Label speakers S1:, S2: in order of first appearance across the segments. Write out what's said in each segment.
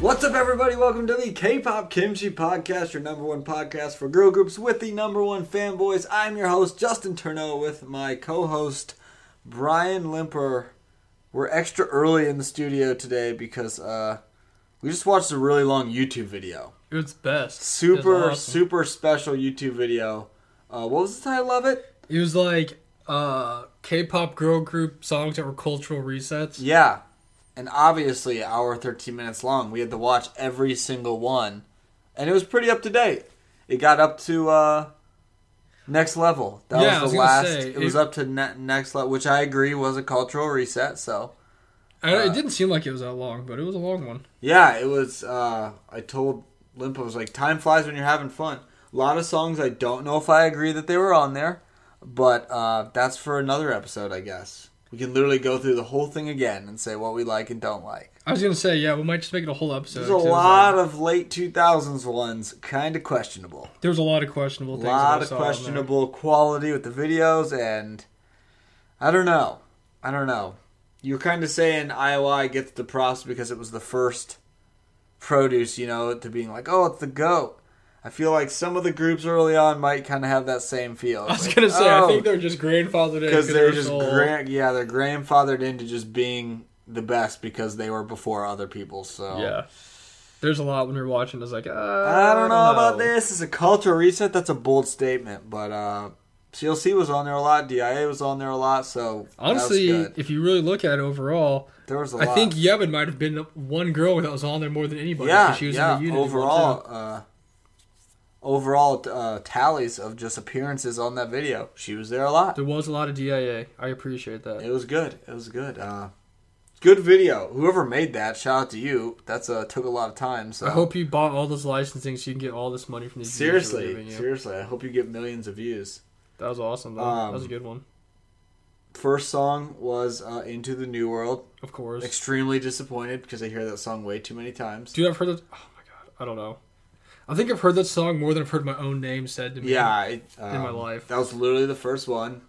S1: What's up, everybody? Welcome to the K-pop Kimchi Podcast, your number one podcast for girl groups with the number one fanboys. I'm your host Justin Turneau with my co-host Brian Limper. We're extra early in the studio today because uh, we just watched a really long YouTube video,
S2: It's best. It's
S1: super
S2: awesome.
S1: super special YouTube video. Uh, what was the title of it?
S2: It was like uh, K-pop girl group songs that were cultural resets.
S1: Yeah. And obviously, hour 13 minutes long. We had to watch every single one. And it was pretty up to date. It got up to uh, next level. That
S2: Yeah, I
S1: was
S2: was
S1: the
S2: gonna
S1: last.
S2: say,
S1: it was
S2: it-
S1: up to ne- next level, which I agree was a cultural reset. So,
S2: I, it didn't seem like it was that long, but it was a long one.
S1: yeah, it was. Uh, I told Limp, I was like, time flies when you're having fun. A lot of songs I don't know if I agree that they were on there, but uh, that's for another episode, I guess. We can literally go through the whole thing again and say what we like and don't like.
S2: I was gonna say, yeah, we might just make it a whole episode.
S1: There's a
S2: 'cause uh, it was,
S1: lot of late 2000s ones, kind of questionable.
S2: Like, there was a lot of questionable
S1: A
S2: things.
S1: lot
S2: that I
S1: of
S2: saw on there.
S1: questionable quality with the videos, and I don't know. I don't know. You're kind of saying IOI gets the props because it was the first produce, you know, to being like, oh, it's the goat. I feel like some of the groups early on might kind of have that same feel. "Oh,"
S2: I was gonna say, I think they're just grandfathered in
S1: because they're just
S2: so old.
S1: grand, yeah, they're grandfathered into just being the best because they were before other people. So
S2: Yeah, there's a lot when you're watching. It's like uh,
S1: I don't know about
S2: know.
S1: this. It's a cultural reset. That's a bold statement, but uh, CLC was on there a lot. DIA was on there a lot. So that was
S2: Honestly,
S1: good.
S2: if you really look at it overall,
S1: there was a
S2: I
S1: lot.
S2: think Yevon might have been the one girl that was on there more than anybody. 'cause
S1: yeah,
S2: she was
S1: yeah.
S2: in the unit
S1: overall, uh, overall uh, tallies of just appearances on that video. She was there a lot.
S2: There was a lot of DIA. I appreciate that.
S1: It was good. It was good. Uh, good video. Whoever made that, shout out to you. That's uh, took a lot of time. So
S2: I hope you bought all those licensing so you can get all this money from these. views that we're
S1: seriously,
S2: giving you.
S1: seriously, I hope you get millions of views.
S2: that was awesome. Though.
S1: Um,
S2: that was a good one,
S1: First song was uh, "Into the New World."
S2: of course.
S1: extremely disappointed because I hear that song way too many times.
S2: Dude, I've heard that. Oh my god, I don't know. I think I've heard that song more than I've heard my own name said to me.
S1: Yeah, I, um,
S2: in my life.
S1: that was literally the first one.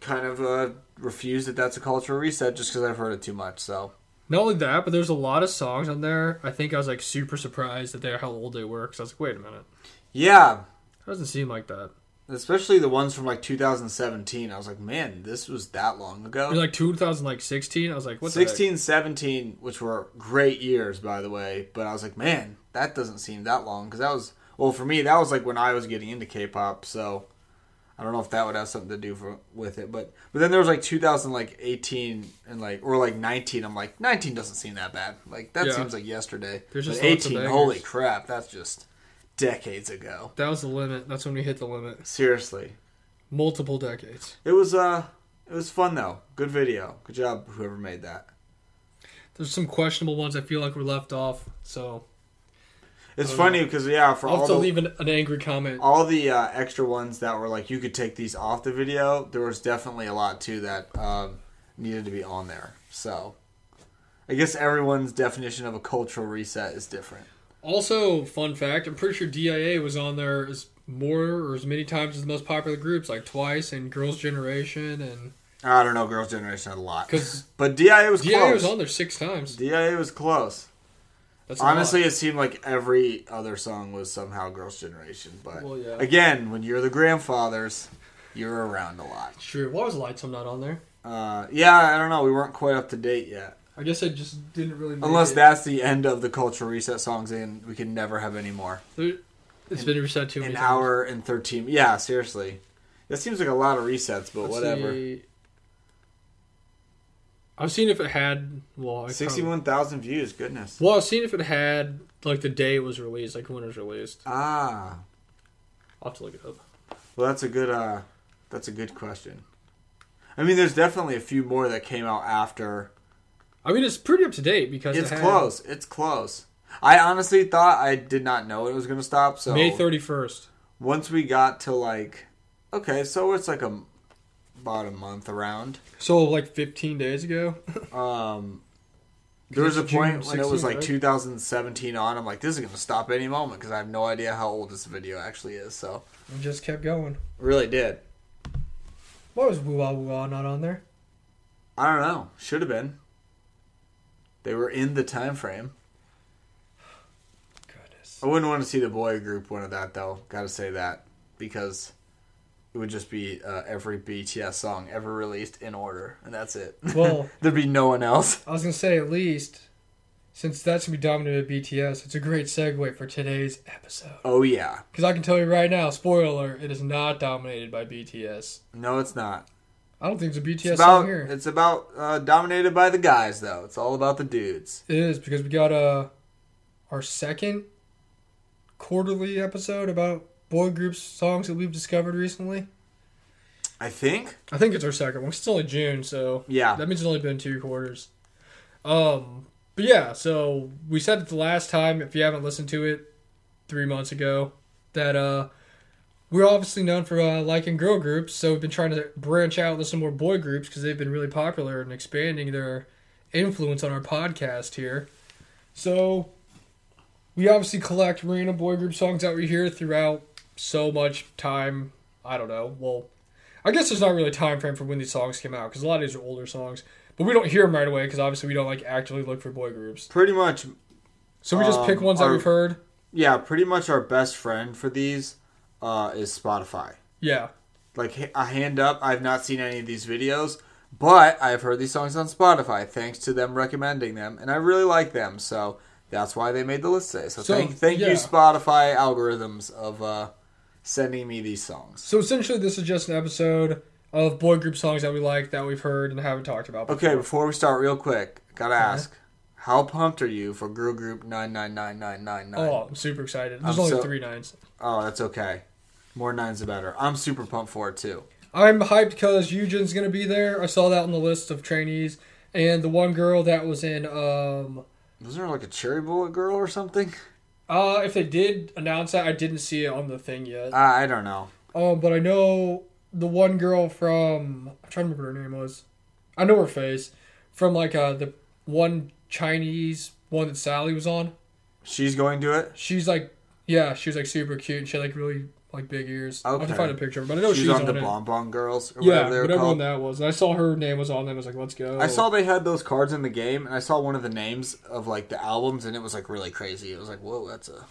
S1: Kind of uh, refused that that's a cultural reset just because I've heard it too much. So
S2: Not only that, but there's a lot of songs on there. I think I was like super surprised that they're how old they were. Cause I was like, wait a minute,
S1: yeah,
S2: it doesn't seem like that.
S1: especially the ones from like 2017. I was like, man, this was that long ago.
S2: It was like 2016. I was like, what? the heck?
S1: 16, 17, which were great years, by the way. But I was like, man, that doesn't seem that long because that was well for me. That was like when I was getting into K-pop, so I don't know if that would have something to do for, with it. But but then there was like 2000, like 18 and like or like 19. I'm like 19 doesn't seem that bad. Like that
S2: Yeah.
S1: seems like yesterday.
S2: There's
S1: but
S2: just lots
S1: 18,
S2: of bangers.
S1: holy crap, that's just decades ago.
S2: That was the limit. That's when we hit the limit.
S1: Seriously,
S2: Multiple decades.
S1: it was uh, it was fun though. Good video. Good job, whoever made that.
S2: There's some questionable ones I feel like were left off. So
S1: It's
S2: I don't
S1: funny because yeah, for
S2: Oh, I'll
S1: all
S2: have to
S1: the
S2: leave an, an angry comment.
S1: all the uh, extra ones that were like you could take these off the video there was definitely a lot too that um, needed to be on there so i guess everyone's definition of a cultural reset is different
S2: Also, fun fact: I'm pretty sure DIA was on there as more or as many times as the most popular groups, like twice, and Girls' Generation, and
S1: i don't know girls generation had a lot
S2: 'Cause
S1: but dia was
S2: DIA
S1: close
S2: was on there six times.
S1: dia was close
S2: That's a lot.
S1: honestly it seemed like every other song was somehow girls generation but
S2: Well, yeah.
S1: again when you're the grandfathers you're around a lot
S2: true. Why was Lightsome not on there?
S1: uh, yeah i don't know we weren't quite up to date yet
S2: I guess I just didn't really. Make
S1: Unless
S2: it.
S1: that's the end of the cultural reset songs, and we can never have any more.
S2: There- it's been reset too many
S1: An
S2: times.
S1: hour and thirteen. Yeah, seriously, that seems like a lot of resets, but
S2: Let's
S1: whatever.
S2: see. I've seen if it had well, I probably-
S1: Sixty-one thousand views. Goodness.
S2: Well, I've seen if it had like the day it was released, like when it was released.
S1: Ah,
S2: I'll have to look it up.
S1: well, that's a good. Uh, that's a good question. I mean, there's definitely a few more that came out after.
S2: I mean, it's pretty up to date because
S1: It's
S2: it had
S1: close. It's close. I honestly thought I did not know it was going to stop. So
S2: May thirty first.
S1: once we got to like, okay, so it's like a about a month around.
S2: So like 15 days ago.
S1: Um, there was
S2: Because
S1: a
S2: it's June
S1: point when it was
S2: 16th,
S1: like
S2: right?
S1: 2017 on. I'm like, this is gonna stop any moment because I have no idea how old this video actually is. So
S2: and just kept going.
S1: really did.
S2: Why was Woo Wah Woo Wah not on there?
S1: I don't know. Should have been. They were in the time frame.
S2: Yes.
S1: I wouldn't want to see the boy group win at that though. Got to say that because it would just be uh, every BTS song ever released in order, and that's it.
S2: Well-
S1: there'd be no one else.
S2: I was gonna say at least, since that's gonna be dominated by BTS, it's a great segue for today's episode.
S1: Oh yeah,
S2: Because I can tell you right now, spoiler alert, it is not dominated by BTS.
S1: no, it's not.
S2: I don't think it's a BTS
S1: It's
S2: song
S1: about
S2: here.
S1: it's about uh, dominated by the guys though. It's all about the dudes.
S2: It is because we got uh, our second quarterly episode about boy groups songs that we've discovered recently.
S1: I think.
S2: I think it's our second one. It's only June, so
S1: Yeah.
S2: that means it's only been two quarters. Um, but yeah, so we said it the last time. If you haven't listened to it, three months ago, that uh, we're obviously known for uh, liking girl groups, so we've been trying to branch out with some more boy groups because they've been really popular and expanding their influence on our podcast here. So we obviously collect random boy group songs that we hear throughout so much time. I don't know. Well, I guess there's not really a time frame for when these songs came out because a lot of these are older songs, but we don't hear them right away because obviously we don't like actively look for boy groups.
S1: Pretty much
S2: So we just
S1: Um,
S2: pick ones that
S1: our-
S2: we've heard.
S1: yeah, pretty much our best friend for these uh, is Spotify.
S2: Yeah,
S1: Like h- a hand up, I've not seen any of these videos, but I've heard these songs on Spotify thanks to them recommending them, and I really like them. So that's why they made the list today. So,
S2: So,
S1: thank thank
S2: yeah.
S1: you Spotify algorithms of uh, sending me these songs.
S2: So essentially, this is just an episode of boy group songs that we like, that we've heard, and haven't talked about.
S1: Okay, before we start, real quick, gotta
S2: Uh-huh.
S1: ask, how pumped are you for girl group nine nine nine nine nine nine?
S2: Oh, I'm super excited. There's
S1: I'm
S2: only
S1: so-
S2: three nines.
S1: Oh, that's okay. More nines the better. I'm super pumped for it too.
S2: I'm hyped because Eugen's gonna be there. I saw that on the list of trainees, and the one girl that was in. Um,
S1: Wasn't there like a cherry bullet girl or something?
S2: uh, if they did announce that, I didn't see it on the thing yet.
S1: Uh, I I don't know.
S2: Um, but I know the one girl from I'm trying to remember what her name was. I know her face from like uh the one Chinese one that Sally was on.
S1: She's going to it.
S2: She's like, yeah, she was like super cute, and she had like really like big ears. I'll have to
S1: Okay.
S2: find a picture, of her, but I know she's,
S1: she's, on, the
S2: it.
S1: Bon Bon Girls or
S2: yeah,
S1: whatever they were
S2: whatever one
S1: called.
S2: that was. And I saw her name was on them. I was like, let's go.
S1: I saw they had those cards in the game, and I saw one of the names of like the albums, and it was like really crazy. It was like, whoa, that's a.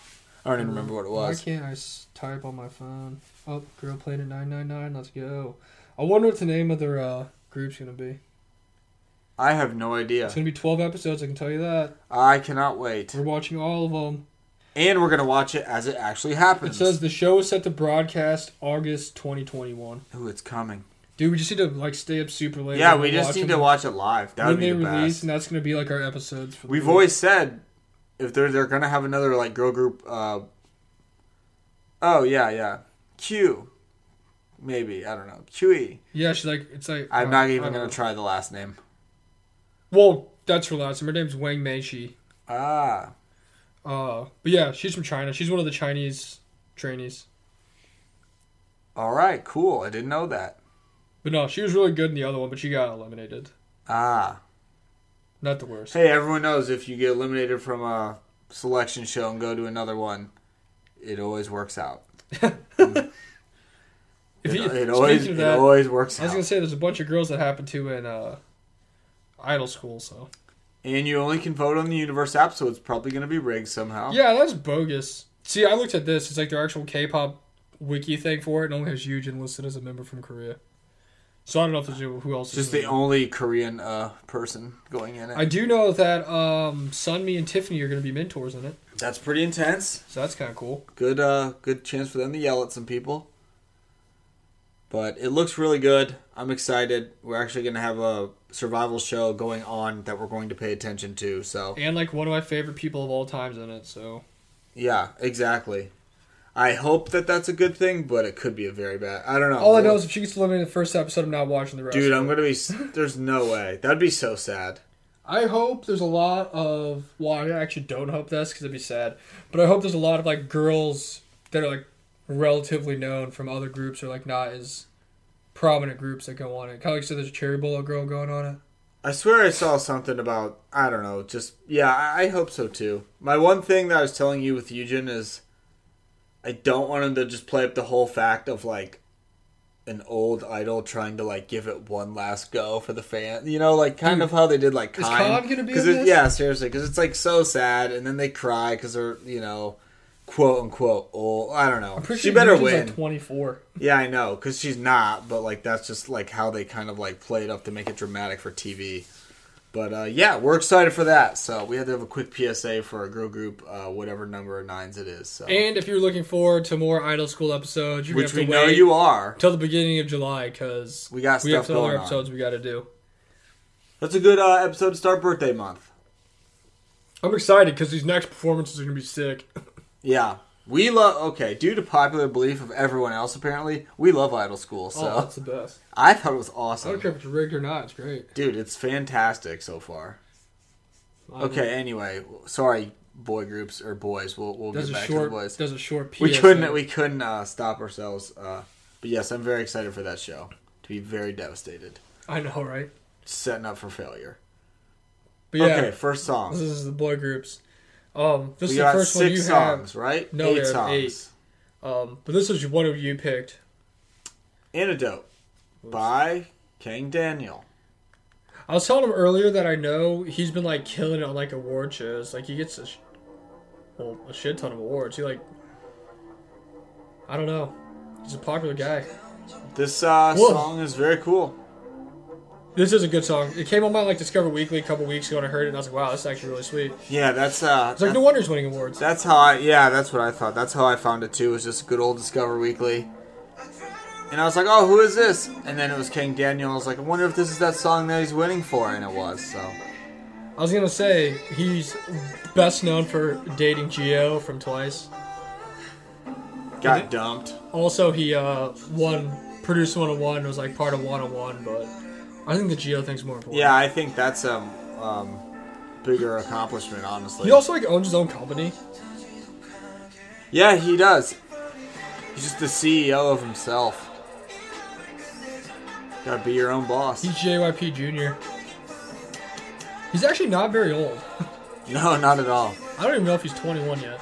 S1: I don't even remember what it
S2: Why
S1: was.
S2: can't I s- type on my phone? Oh, girl played at nine nine nine. Let's go. I wonder what the name of their uh, group's gonna be.
S1: I have no idea.
S2: It's gonna be twelve episodes. I can tell you that.
S1: I cannot wait.
S2: We're watching all of them.
S1: And we're gonna watch it as it actually happens.
S2: It says the show is set to broadcast August 2021.
S1: Ooh, it's coming.
S2: Dude, we just need to like stay up super late.
S1: Yeah,
S2: and
S1: we just
S2: watch
S1: need
S2: them
S1: to watch it live. That
S2: when
S1: would
S2: they
S1: be the
S2: release,
S1: best.
S2: and that's gonna be like our episodes. For the
S1: We've
S2: week.
S1: always said if they're they're gonna have another like girl group. uh Oh yeah, yeah. Q, maybe I don't know. QE.
S2: yeah. She's like, it's like
S1: I'm
S2: uh,
S1: not
S2: I
S1: even
S2: don't
S1: gonna
S2: know.
S1: try the last name.
S2: Well, that's her last name. Her name's Wang Meishi.
S1: Ah,
S2: Uh, but yeah, she's from China. She's one of the Chinese trainees.
S1: all right, cool. I didn't know that.
S2: But no, she was really good in the other one, but she got eliminated.
S1: Ah,
S2: Not the worst.
S1: hey, everyone knows if you get eliminated from a selection show and go to another one, it always works out.
S2: If
S1: It,
S2: you-
S1: it
S2: speaking
S1: always
S2: of
S1: it
S2: that,
S1: always works
S2: I was
S1: out.
S2: gonna say there's a bunch of girls that happened to in uh, idol school. So
S1: And you only can vote on the Universe app, so it's probably gonna be rigged somehow.
S2: Yeah, that's bogus. See, I looked at this. It's like their actual K-pop wiki thing for it, and only has Yujin listed as a member from Korea. So I don't know if there's anyone- who else.
S1: It's
S2: is
S1: just
S2: in
S1: the
S2: there.
S1: only Korean uh, person going in it.
S2: I do know that um, Sunmi and Tiffany are going to be mentors in it,
S1: That's pretty intense.
S2: so that's kind of cool.
S1: Good, uh, good chance for them to yell at some people. But it looks really good. I'm excited. We're actually going to have a survival show going on that we're going to pay attention to. So
S2: And like one of my favorite people of all times in it. So
S1: yeah, exactly. I hope that that's a good thing, but it could be a very bad. I don't know.
S2: all I know is if she gets eliminated in the first episode, I'm not watching the rest.
S1: dude, I'm gonna be. s- There's no way. That'd be so sad.
S2: I hope there's a lot of. Well, I actually don't hope this because it'd be sad. But I hope there's a lot of like girls that are like relatively known from other groups or like not as prominent groups that go on it. Kind of like so there's a cherry bullet girl going on it.
S1: I swear I saw something about I don't know, just yeah, I, I hope so too. My one thing that I was telling you with Eugen is I don't want him to just play up the whole fact of like an old idol trying to like give it one last go for the fan, you know, like kind of how they did like
S2: Hmm. Is
S1: Kind.
S2: Khan gonna be
S1: 'Cause
S2: in
S1: it-
S2: this?
S1: Yeah, seriously, because it's like so sad, and then they cry because they're you know quote unquote old. I don't know.
S2: I'm pretty
S1: She
S2: sure
S1: better
S2: Yuki's,
S1: win.
S2: Like Twenty four.
S1: yeah, I know, because she's not. But like that's just like how they kind of like played up to make it dramatic for TV. But uh, yeah, we're excited for that. So we had to have a quick PSA for our girl group, uh, whatever number of nines it is. So
S2: And if you're looking forward to more Idol School episodes, you're
S1: which
S2: gonna
S1: we
S2: have to
S1: know
S2: wait
S1: you are.
S2: till the beginning of July because
S1: We got
S2: we have
S1: stuff
S2: some other
S1: going on.
S2: episodes we got to do.
S1: That's a good uh, episode to start birthday month.
S2: I'm excited because these next performances are gonna be sick.
S1: Yeah. We love okay, due to popular belief of everyone else apparently, we love Idol School, so
S2: Oh, that's the best.
S1: I thought it was
S2: I
S1: awesome.
S2: don't care if it's rigged or not. It's great.
S1: Dude, it's fantastic so far.
S2: I don't
S1: Okay, anyway, sorry boy groups or boys. We'll we'll
S2: does
S1: get
S2: a
S1: back to
S2: short
S1: the boys.
S2: does a short PSA.
S1: We couldn't we couldn't uh, stop ourselves uh, but yes, I'm very excited for that show. To be very devastated.
S2: I know, right?
S1: Setting up for failure.
S2: But yeah,
S1: Okay, first
S2: this
S1: song.
S2: is the boy groups. Um, this
S1: We
S2: is the
S1: got
S2: first one you
S1: six songs, right?
S2: No, we
S1: eight
S2: have
S1: songs.
S2: eight. have. Um, but this is one of you picked.
S1: Antidote by King Daniel.
S2: I was telling him earlier that I know he's been like killing it on like award shows. Like he gets a, sh- well, a shit ton of awards. He like, I don't know, he's a popular guy.
S1: This uh,
S2: Whoa.
S1: song is very cool.
S2: This is a good song. It came on my like Discover Weekly a couple weeks ago, and I heard it, and I was like, wow, this is actually really sweet.
S1: Yeah, that's uh,
S2: It's like no
S1: that-
S2: wonder he's winning awards.
S1: that's how I yeah, that's what I thought. That's how I found it too. It was just good old Discover Weekly, and I was like, oh, who is this? And then it was King Daniel. I was like, I wonder if this is that song that he's winning for, and it was. So
S2: I was gonna say he's best known for dating Geo from Twice.
S1: got dumped.
S2: Also, he uh won Produce 101 was like part of 101, but I think the Geo thing's more important.
S1: Yeah, I think that's a um, bigger accomplishment, honestly.
S2: He also like owns his own company.
S1: yeah, he does. He's just the CEO of himself. Gotta be your own boss.
S2: He's JYP Jr. He's actually not very old.
S1: No, not at all.
S2: I don't even know if he's 21 yet.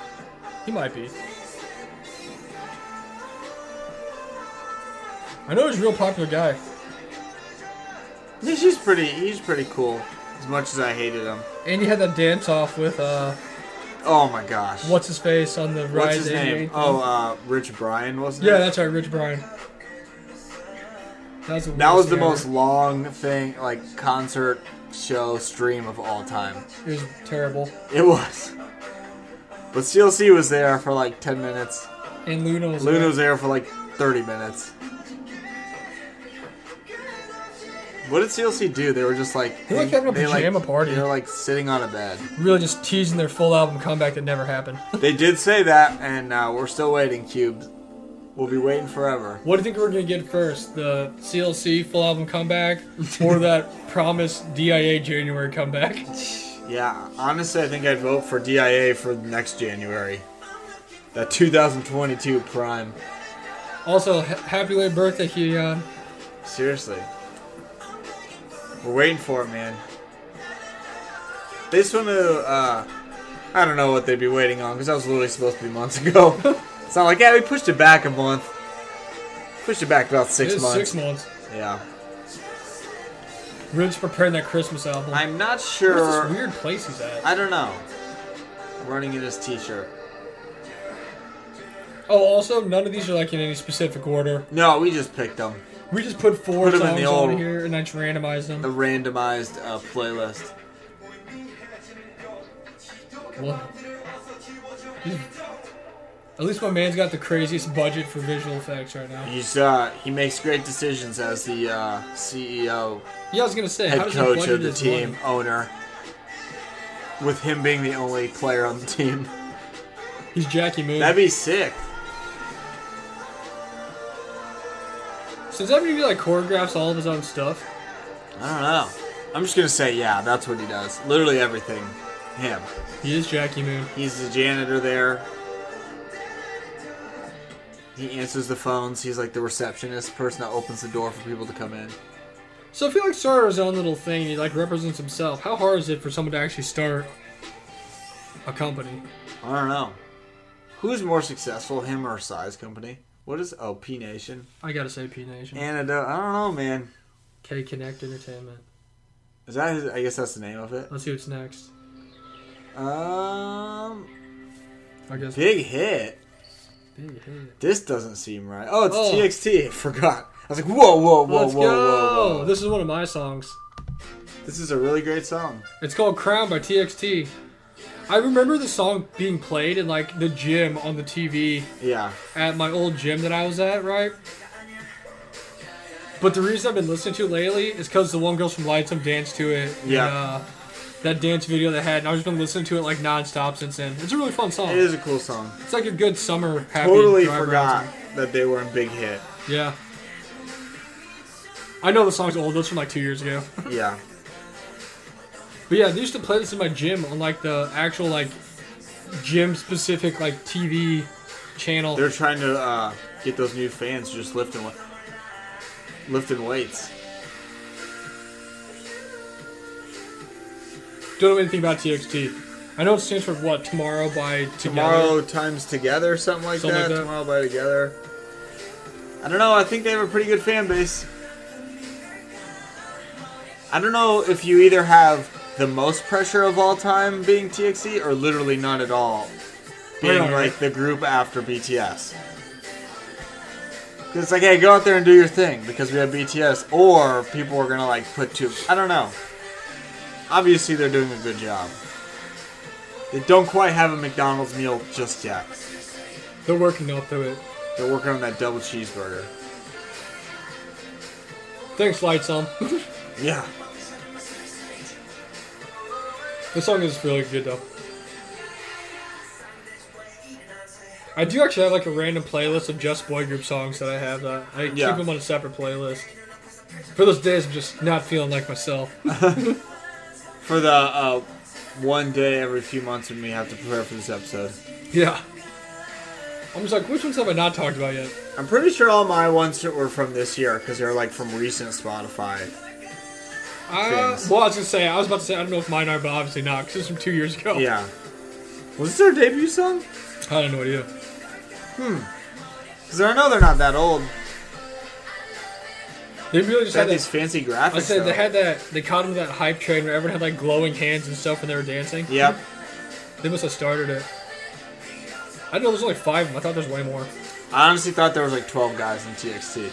S2: He might be. I know he's a real popular guy.
S1: He's just pretty. He's pretty cool. As much as I hated him.
S2: And he had that dance off with uh,
S1: Oh my gosh.
S2: what's his face on the
S1: What's
S2: Rise.
S1: his
S2: 88
S1: name?
S2: thing.
S1: Oh, uh, Rich Brian wasn't
S2: yeah,
S1: it?
S2: that's right, Rich Brian. That was the,
S1: that was
S2: worst
S1: the
S2: ever.
S1: most long thing, like concert show stream of all time.
S2: It was terrible.
S1: It was. But CLC was there for like ten minutes.
S2: And Luna was.
S1: Luna was
S2: there.
S1: there for like thirty minutes. What did CLC do? They were just like
S2: They were like having a pajama party.
S1: They were like sitting on a bed.
S2: really just teasing their full album comeback that never happened.
S1: they did say that, and uh, we're still waiting. Cubes, we'll be waiting forever.
S2: What do you think we're gonna get first? The CLC full album comeback or that promised DIA January comeback?
S1: Yeah, honestly, I think I'd vote for DIA for next January. That 2022 prime.
S2: Also, ha- happy late birthday, Kion.
S1: Seriously. We're waiting for it, man. They just want to, uh, I don't know what they'd be waiting on because that was literally supposed to be months ago. it's not like, yeah, we pushed it back a month. Pushed it back about
S2: It
S1: six
S2: is
S1: months.
S2: Six months.
S1: Yeah.
S2: Rich preparing that Christmas album.
S1: I'm not
S2: Where's this
S1: sure.
S2: weird place he's at?
S1: I don't know. Running in his t shirt.
S2: oh, also, none of these are like in any specific order.
S1: No, we just picked them.
S2: We just put four
S1: Put 'em in
S2: songs
S1: the
S2: on
S1: old-
S2: here and I just randomized
S1: The
S2: them.
S1: randomized uh, playlist.
S2: Whoa. At least my man's got the craziest budget for visual effects right now.
S1: He's uh, he makes great decisions as the uh, CEO,
S2: Yeah, I was gonna say, how
S1: head
S2: does he
S1: coach
S2: budget
S1: of the
S2: his
S1: team,
S2: money?
S1: owner. With him being the only player on the team,
S2: He's Jackie Moon.
S1: that'd be sick.
S2: So does that mean he like choreographs all of his own stuff?
S1: I don't know. I'm just gonna say, yeah, that's what he does. Literally everything. Him.
S2: He is Jackie Moon.
S1: He's the janitor there. He answers the phones. He's like the receptionist person that opens the door for people to come in.
S2: So if he like started his own little thing and he like represents himself, how hard is it for someone to actually start a company?
S1: I don't know. Who's more successful, him or Size Company? What is oh P Nation?
S2: I gotta say P Nation.
S1: Antidote. I don't know, man.
S2: K Connect Entertainment.
S1: Is that? His, I guess that's the name of it.
S2: Let's see what's next.
S1: Um,
S2: I guess.
S1: Big hit.
S2: Big hit.
S1: This doesn't seem right. Oh, it's
S2: Oh.
S1: TXT. I forgot. I was like, whoa, whoa, whoa,
S2: Let's
S1: whoa,
S2: go.
S1: whoa, whoa. This,
S2: This is one of my songs.
S1: this is a really great song.
S2: It's called Crown by TXT. I remember the song being played in like the gym on the TV
S1: Yeah.
S2: at my old gym that I was at, right? But the reason I've been listening to it lately is because the one girls from Lightsome danced to it. and,
S1: Yeah.
S2: uh, that dance video they had, and I've just been listening to it like nonstop since then. It's a really fun song.
S1: It is a cool song.
S2: It's like a good summer Oh. happy
S1: Totally
S2: drive around
S1: forgot
S2: song.
S1: that they were in Big Hit.
S2: Yeah. I know the song's old. That's from like two years ago.
S1: Yeah.
S2: But yeah, they used to play this in my gym on like the actual like gym specific like TV channel.
S1: They're trying to uh, get those new fans just lifting wa- lifting weights.
S2: Don't know anything about TXT. I know it stands for what tomorrow by
S1: Tomorrow
S2: together.
S1: times together, something like,
S2: Something
S1: that.
S2: like that.
S1: Tomorrow by together. I don't know. I think they have a pretty good fan base. I don't know if you either have the most pressure of all time being TXT or literally none at all being
S2: Right, right.
S1: like the group after BTS. 'Cause It's like, hey, go out there and do your thing because we have BTS, or people are gonna like put two. I don't know. Obviously, they're doing a good job. They don't quite have a McDonald's meal just yet.
S2: They're working up to it.
S1: They're working on that double cheeseburger.
S2: Thanks, Lights On.
S1: Yeah.
S2: this song is really good though. I do actually have like a random playlist of just boy group songs that I have. That I keep
S1: Yeah.
S2: them on a separate playlist. For those days, I'm just not feeling like myself.
S1: For the uh, one day every few months when we have to prepare for this episode.
S2: yeah. I'm just like, which ones have I not talked about yet?
S1: I'm pretty sure all my ones were from this year because they're like from recent Spotify.
S2: Uh,
S1: things.
S2: well, I was gonna say, I was about to say, I don't know if mine are, but obviously not, because it's from two years ago.
S1: Yeah. Was this their debut song?
S2: I don't know idea.
S1: Because I know they're not that old.
S2: They really just
S1: They had
S2: had
S1: these
S2: this.
S1: fancy graphics.
S2: I said
S1: though.
S2: they had that. They caught him that hype train where everyone had like glowing hands and stuff when they were dancing.
S1: Yep.
S2: They must have started it. I didn't know there's only five of them. I thought there's way more.
S1: I honestly thought there was like 12 guys in TXT.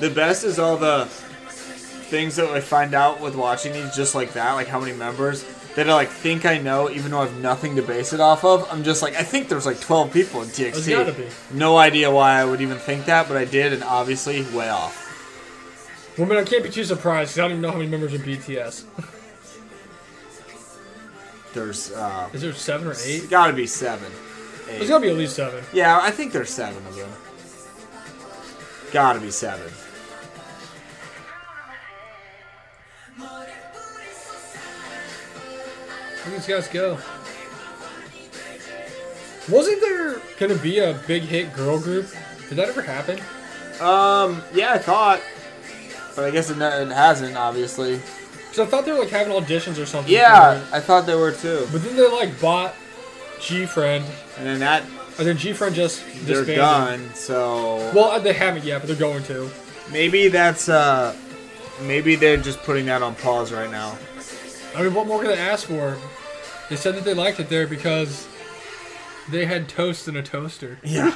S1: The best is all the things that I find out with watching these, just like that, like how many members that I like think I know, even though I have nothing to base it off of. I'm just like, I think there's like 12 people in TXT.
S2: There's gotta be.
S1: No idea why I would even think that, but I did, and obviously, way off.
S2: Well, man, I can't be too surprised 'cause I don't even know how many members of BTS.
S1: There's uh,
S2: Is there seven or eight?
S1: gotta be seven.
S2: There's
S1: Eight.
S2: gotta be at least seven.
S1: Yeah, I think there's seven of them. Gotta be seven.
S2: Where these guys go? Wasn't there gonna be a big hit girl group? Did that ever happen?
S1: Um, yeah, I thought. But I guess it, it hasn't, obviously.
S2: Because I thought they were like having auditions or something.
S1: Yeah,
S2: for it.
S1: I thought they were too.
S2: But then they like bought G Friend,
S1: And then that,
S2: and then G Friend just
S1: they're
S2: disbanded.
S1: done, so.
S2: Well, they haven't yet, but they're going to.
S1: Maybe that's, uh. Maybe they're just putting that on pause right now.
S2: I mean, what more could they ask for? They said that they liked it there because they had toast in a toaster.
S1: Yeah.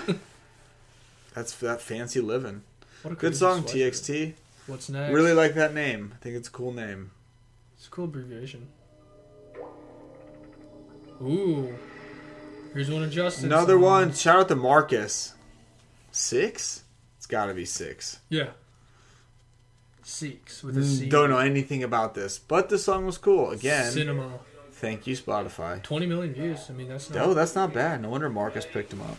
S1: that's that fancy living.
S2: What a
S1: Good
S2: crazy
S1: song,
S2: sweatshirt.
S1: TXT.
S2: What's next?
S1: Really like that name. I think it's a cool name.
S2: It's a cool abbreviation. Ooh. Here's one of Justin's.
S1: Another one.
S2: songs.
S1: Shout out to Marcus. Six? It's gotta be six.
S2: Yeah. Seeks with a C.
S1: Mm, Don't know anything about this, but the song was cool. Again,
S2: Cinema.
S1: thank you, Spotify.
S2: 20 million views. I mean, that's not.
S1: Oh, that's not bad. No wonder Marcus picked him up.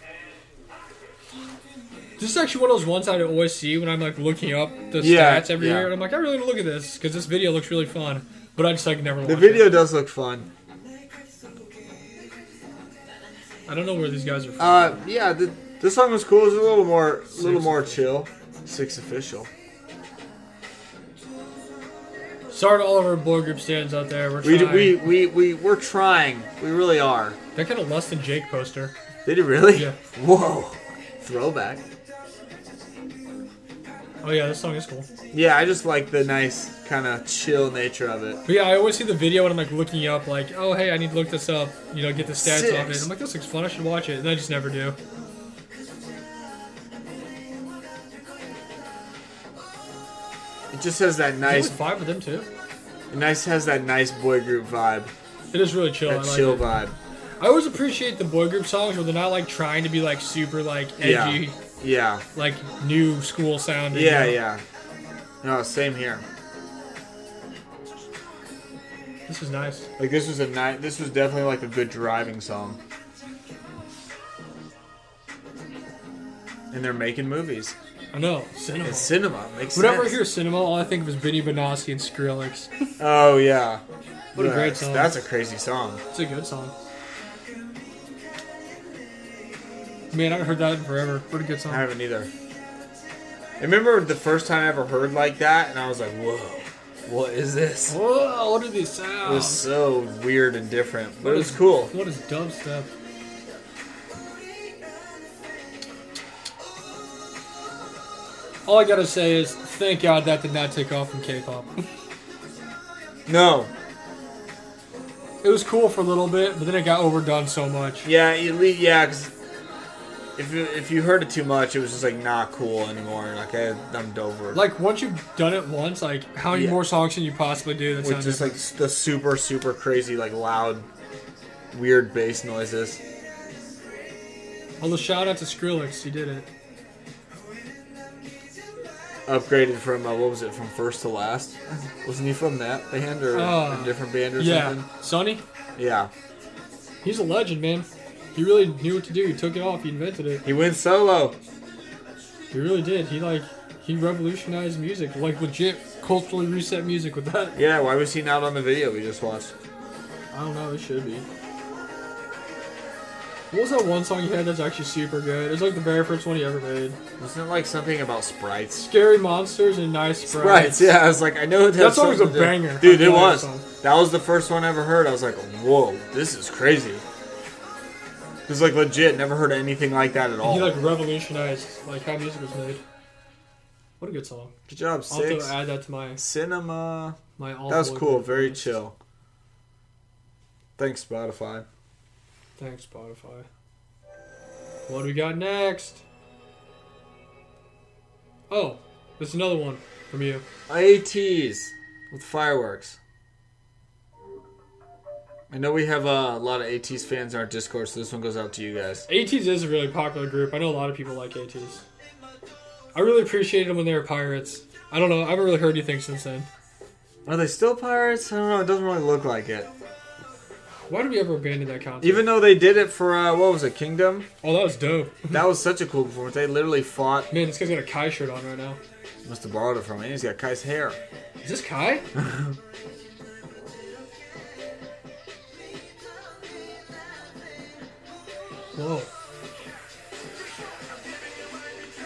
S2: This is actually one of those ones I always see when I'm like looking up the
S1: Yeah,
S2: stats every
S1: yeah.
S2: year, and I'm like, I really want to look at this because this video looks really fun, but I just like never.
S1: The
S2: watch
S1: video
S2: It.
S1: does look fun.
S2: I don't know where these guys are from.
S1: Uh, yeah, the, this song was cool. It was a little more, a little more chill. Six official.
S2: Sorry to all of our boy group stands out there. We're
S1: We,
S2: trying.
S1: we we we we're trying. We really are.
S2: That kind of less than Jake poster.
S1: Did he really?
S2: Yeah.
S1: Whoa, throwback.
S2: I Oh yeah, this song is cool.
S1: Yeah, I just like the nice kind of chill nature of it.
S2: But yeah, I always see the video and I'm like looking up, like, oh hey, I need to look this up. You know, get the stats
S1: Six.
S2: on it. I'm like, this looks fun. I should watch it, and I just never do.
S1: It just has that nice,
S2: Nice five with them too.
S1: it nice has that nice boy group vibe,
S2: It is really chill. I
S1: that
S2: like
S1: chill
S2: it.
S1: vibe.
S2: I always appreciate the boy group songs where they're not like trying to be like super like edgy,
S1: Yeah, yeah,
S2: like new school sounding.
S1: yeah,
S2: you know?
S1: yeah. No, same here.
S2: This is nice.
S1: Like this was a night. This was definitely like a good driving song. And they're making movies.
S2: I know cinema.
S1: It's cinema. Makes
S2: Whenever I
S1: sense.
S2: hear cinema, all I think of is Benny Benassi and Skrillex.
S1: Oh yeah.
S2: What a
S1: Yeah,
S2: great song.
S1: That's a crazy song.
S2: It's a good song. Man, I haven't heard that in forever. What a good
S1: I
S2: song.
S1: haven't either. I remember the first time I ever heard like that, and I was like, "Whoa, what is this?"
S2: Whoa, what are these
S1: It was
S2: sounds?
S1: so weird and different, but
S2: What
S1: it was
S2: is-
S1: cool.
S2: What is dubstep? All I gotta say is, thank God that did not take off from K-pop.
S1: No,
S2: it was cool for a little bit, but then it got overdone so much.
S1: yeah, you le- yeah, because if you, if you heard it too much, it was just like not cool anymore. Like I, I'm over. it.
S2: Like once you've done it once, like how many
S1: Yeah.
S2: more songs can you possibly do that
S1: with
S2: sound
S1: just
S2: different?
S1: like s- the super super crazy like loud weird bass noises
S2: Although shout out to Skrillex, he did it.
S1: upgraded from uh, what was it from first to last wasn't he from that band or
S2: Oh.
S1: a different band or
S2: Yeah,
S1: something
S2: Sonny,
S1: yeah
S2: he's a legend, man. He really knew what to do. He took it off. He invented it.
S1: he went solo
S2: He really did. He like he revolutionized music, like legit culturally reset music with that.
S1: yeah why was he not on the video we just watched
S2: I don't know. It should be. What was that one song you had that's actually super good? It's like the very first one he ever made.
S1: wasn't it like something about sprites
S2: Scary monsters and nice sprites.
S1: sprites yeah i was like i know it
S2: That
S1: has
S2: song was a
S1: something to do-
S2: banger.
S1: dude
S2: I
S1: it
S2: love
S1: was
S2: that song.
S1: that was the first one i ever heard i was like whoa this is crazy this is like legit never heard anything like that at all
S2: He like revolutionized like how music was made. What a good song.
S1: good job
S2: I'll have to
S1: 6
S2: add that to my
S1: cinema
S2: my all.
S1: That was
S2: boy
S1: cool.
S2: group
S1: Very
S2: playlist.
S1: chill. Thanks, Spotify.
S2: Thanks, Spotify. What do we got next? Oh, there's another one from you.
S1: ATs with fireworks. I know we have uh, a lot of ATs fans in our Discord, so this one goes out to you guys.
S2: ATs is a really popular group. I know a lot of people like ATs. I really appreciated them when they were pirates. I don't know. I haven't really heard anything since then.
S1: Are they still pirates? I don't know. It doesn't really look like it.
S2: Why did we ever abandon that concept?
S1: Even though they did it for uh, what was it, Kingdom?
S2: oh, that was dope.
S1: That was such a cool performance. They literally fought.
S2: Man, this guy's got a Kai shirt on right now.
S1: Must have borrowed it from him. He's got Kai's hair.
S2: Is this Kai? Whoa.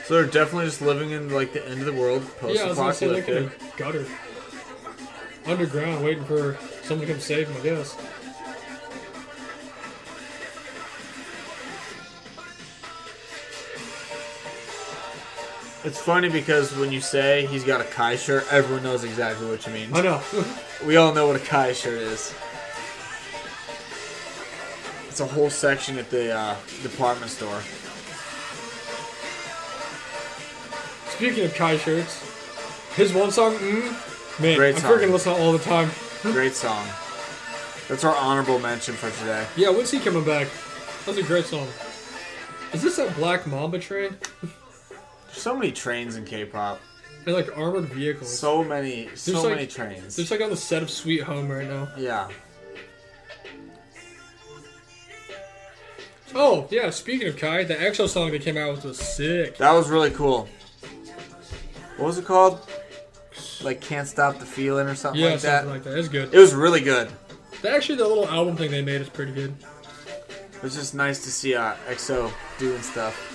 S1: So they're definitely just living in like the end of the world,
S2: Yeah, I was gonna say like in
S1: post-apocalyptic.
S2: a gutter, underground, waiting for someone to come save him. I guess.
S1: It's funny because when you say he's got a Kai shirt, everyone knows exactly what you mean.
S2: I know.
S1: We all know what a Kai shirt is. It's a whole section at the uh, department store.
S2: Speaking of Kai shirts, his one song, mm, man,
S1: Great
S2: I'm
S1: song.
S2: freaking listening all the time.
S1: Great song. That's our honorable mention for today.
S2: Yeah, when's he coming back? That's a great song. Is this that Black Mamba train?
S1: There's so many trains in K-pop.
S2: They're like armored vehicles.
S1: So many, so
S2: There's like-
S1: many trains.
S2: They're just like on the set of Sweet Home right now.
S1: yeah.
S2: Oh yeah, speaking of Kai, the EXO song that came out with was sick.
S1: That was really cool. What was it called? Like Can't Stop the Feeling or something
S2: Yeah,
S1: like that.
S2: something like that. It's good.
S1: it was really good.
S2: Actually, the little album thing they made is pretty good.
S1: It was just nice to see uh, EXO doing stuff.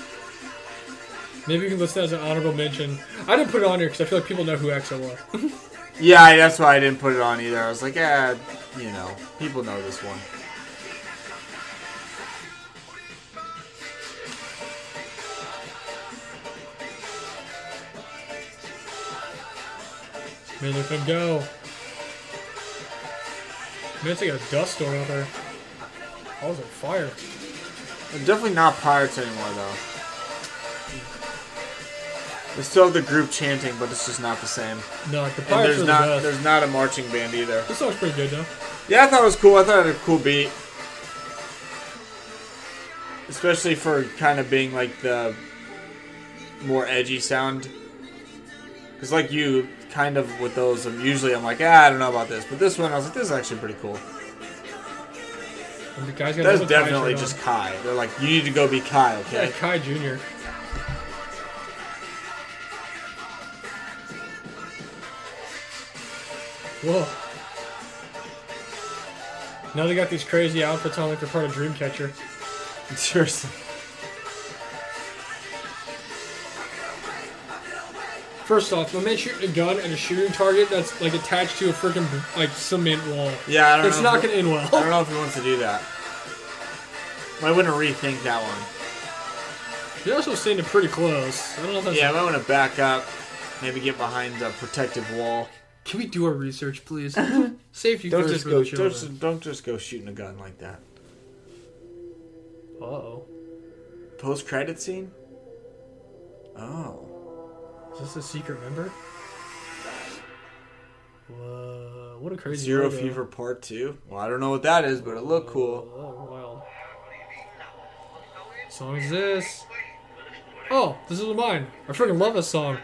S2: Maybe we can list that as an honorable mention. I didn't put it on here because I feel like people know who EXO are.
S1: Yeah, I- that's why I didn't put it on either. I was like, eh, you know, people know this one.
S2: Man, let them go. Man, it's like a dust storm out there. I was on fire.
S1: They're definitely not pirates anymore, though. They still have the group chanting, but it's just not the same.
S2: No, like the
S1: And there's
S2: pirates are the
S1: not
S2: best.
S1: there's not a marching band either.
S2: This song's pretty good, though.
S1: Yeah, I thought it was cool. I thought it had a cool beat, especially for kind of being like the more edgy sound. Because like you, kind of with those, I'm usually I'm like, ah, I don't know about this, but this one I was like, this is actually pretty cool.
S2: And the guy's got
S1: That's
S2: another Kai
S1: definitely
S2: shirt on.
S1: just Kai. They're like, you need to go be Kai,
S2: Yeah,
S1: okay?
S2: Kai Jr. Whoa. Now they got these crazy outfits on like they're part of Dreamcatcher.
S1: Seriously.
S2: First off, my man shooting a gun at a shooting target that's like attached to a freaking like cement wall.
S1: Yeah, I don't
S2: It's
S1: know.
S2: not
S1: if-
S2: gonna end well.
S1: I don't know if he wants to do that. Might want to rethink that one.
S2: You're also standing pretty close. I don't know if that's.
S1: Yeah, I might want to back up. Maybe get behind a protective wall.
S2: Can we do our research, please? Safety
S1: Don't
S2: first
S1: just
S2: for
S1: go.
S2: the children.
S1: Don't just, don't just go shooting a gun like that.
S2: Uh oh.
S1: Post credit scene. Oh,
S2: Is this a secret member? Whoa, what a crazy
S1: Zero
S2: logo.
S1: Fever Part Two. Well, I don't know what that is, but it looked cool.
S2: Oh, wild. song is this? Oh, this is mine. I freaking love this song.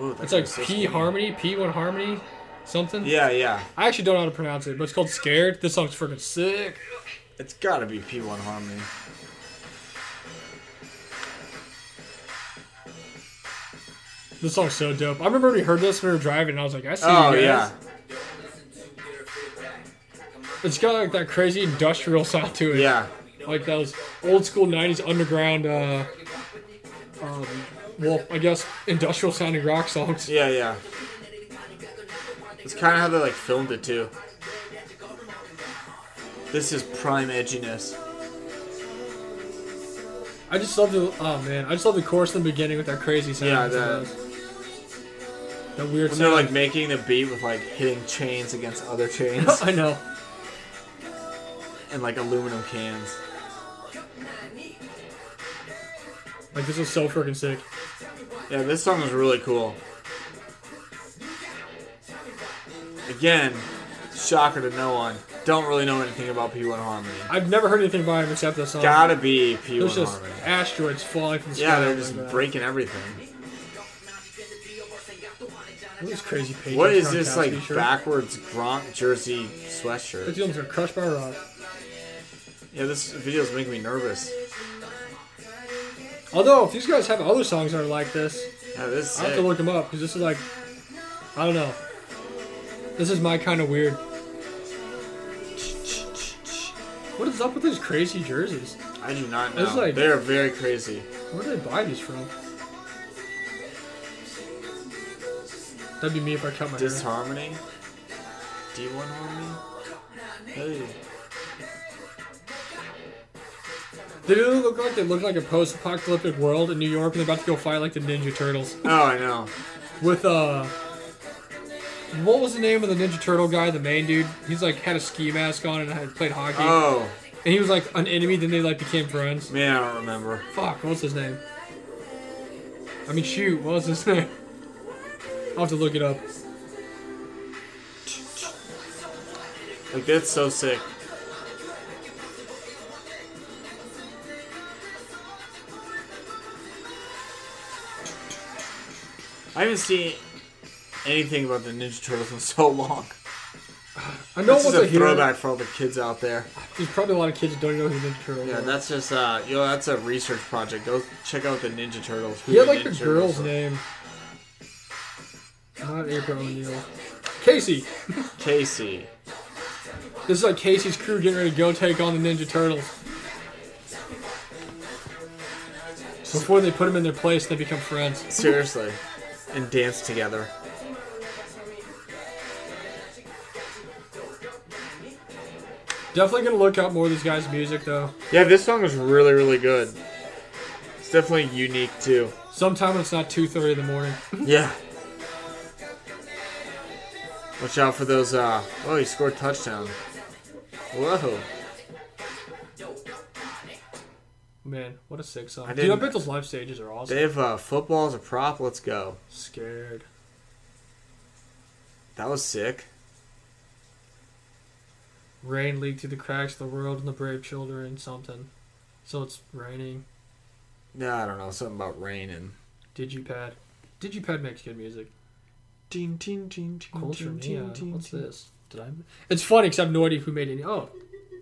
S1: Ooh, that
S2: It's like
S1: guy's so
S2: P
S1: skinny.
S2: Harmony, P1 Harmony, something.
S1: Yeah, yeah.
S2: I actually don't know how to pronounce it, but it's called Scared. This song's freaking sick.
S1: It's gotta be P1 Harmony.
S2: This song's so dope. I remember when we heard this when we were driving, and I was like, I see
S1: Oh
S2: you guys.
S1: yeah.
S2: It's got like that crazy industrial sound to it.
S1: Yeah.
S2: like those old school '90s underground, uh, um, well, I guess industrial sounding rock songs.
S1: Yeah, yeah. It's kind of how they like filmed it too. This is prime edginess.
S2: I just love the oh man, I just love the chorus in the beginning with that crazy sound.
S1: Yeah, that-
S2: that weird
S1: When they're
S2: sound.
S1: like making the beat with like hitting chains against other chains
S2: I know.
S1: and like aluminum cans.
S2: Like this was so freaking sick.
S1: Yeah, this song is really cool. Again, shocker to no one. Don't really know anything about P1 Harmony.
S2: I've never heard anything by him except this song.
S1: Gotta be
S2: There's
S1: P1
S2: just
S1: Harmony.
S2: asteroids falling from the sky.
S1: Yeah, they're just
S2: like that.
S1: breaking everything.
S2: Look at these crazy pages.
S1: What is
S2: Gronkowski
S1: this like
S2: shirt.
S1: backwards Gronk jersey
S2: These
S1: sweatshirt?
S2: humans are crushed by a rock.
S1: Yeah, this video's making me nervous.
S2: Although, if these guys have other songs that are like this,
S1: Yeah, this is
S2: I have
S1: sick.
S2: to look them up because this is like, I don't know. This is my kind of weird. What is up with these crazy jerseys?
S1: I do not
S2: This is
S1: know.
S2: like-
S1: they are very crazy.
S2: Where do they buy these from? That'd be me if I cut my hair.
S1: Disharmony. D1 Harmony. Hey.
S2: They really look like they look like a post-apocalyptic world in New York, and they're about to go fight like the Ninja Turtles
S1: Oh, I know.
S2: with uh. What was the name of the Ninja Turtle guy, the main dude? He's like had a ski mask on and had played hockey,
S1: Oh
S2: and he was like an enemy. Then they like became friends.
S1: man, I don't remember.
S2: Fuck, what's his name? I mean, shoot, what was his name? I'll have to look it up.
S1: Like that's so sick. I haven't seen anything about the Ninja Turtles in so long.
S2: I know
S1: this
S2: what's
S1: is a
S2: a hero.
S1: throwback for all the kids out there.
S2: There's probably a lot of kids that don't even know who Ninja Turtles
S1: Yeah,
S2: are.
S1: that's just uh, yo, that's a research project. Go check out the Ninja Turtles. Who
S2: He had like the
S1: Ninja
S2: girl's
S1: Turtles are.
S2: name. Not April O'Neil. Casey.
S1: Casey.
S2: This is like Casey's crew getting ready to go take on the Ninja Turtles. Before they put them in their place, they become friends.
S1: Seriously, and dance together.
S2: Definitely gonna look up more of this guy's music though.
S1: Yeah, this song is really, really good. It's definitely unique too.
S2: Sometime when it's not 2.30 in the morning.
S1: Yeah. Watch out for those. Uh, oh, he scored touchdown. Whoa.
S2: Man, what a sick song.
S1: I
S2: Dude, I
S1: didn't-
S2: bet those live stages are awesome.
S1: Dave, uh, football as a prop. Let's go.
S2: Scared.
S1: That was sick.
S2: Rain leaked through the cracks of the world and the brave children, something. So it's raining.
S1: No, I don't know. Something about rain and
S2: Digipad. Digipad makes good music.
S1: ding, ding, ding, ding,
S2: Culture
S1: ding, ding,
S2: Mia.
S1: ding,
S2: What's
S1: ding.
S2: this? Did I? It's funny because I have no idea who made any. Oh,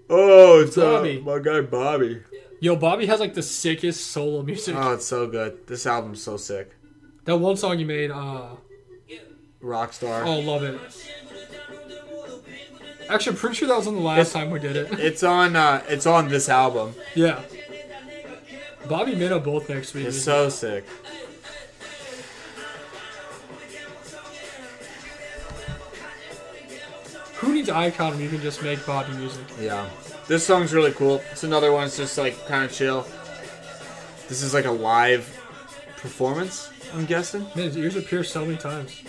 S1: Oh, it's
S2: Bobby.
S1: Uh, my guy Bobby.
S2: yo, Bobby has like the sickest solo music.
S1: Oh, it's so good. This album's so sick.
S2: that one song you made, uh,
S1: Rockstar.
S2: oh, love it. Actually, I'm pretty sure that was on the last time we did it.
S1: It's on. Uh, it's on this album.
S2: yeah. Bobby Minnow both next week.
S1: It's so sick.
S2: Who needs Icon when you can just make Bobby music?
S1: Yeah, this song's really cool. It's another one. It's just like kind of chill. This is like a live performance. I'm guessing.
S2: Man, his ears are pierced so many times.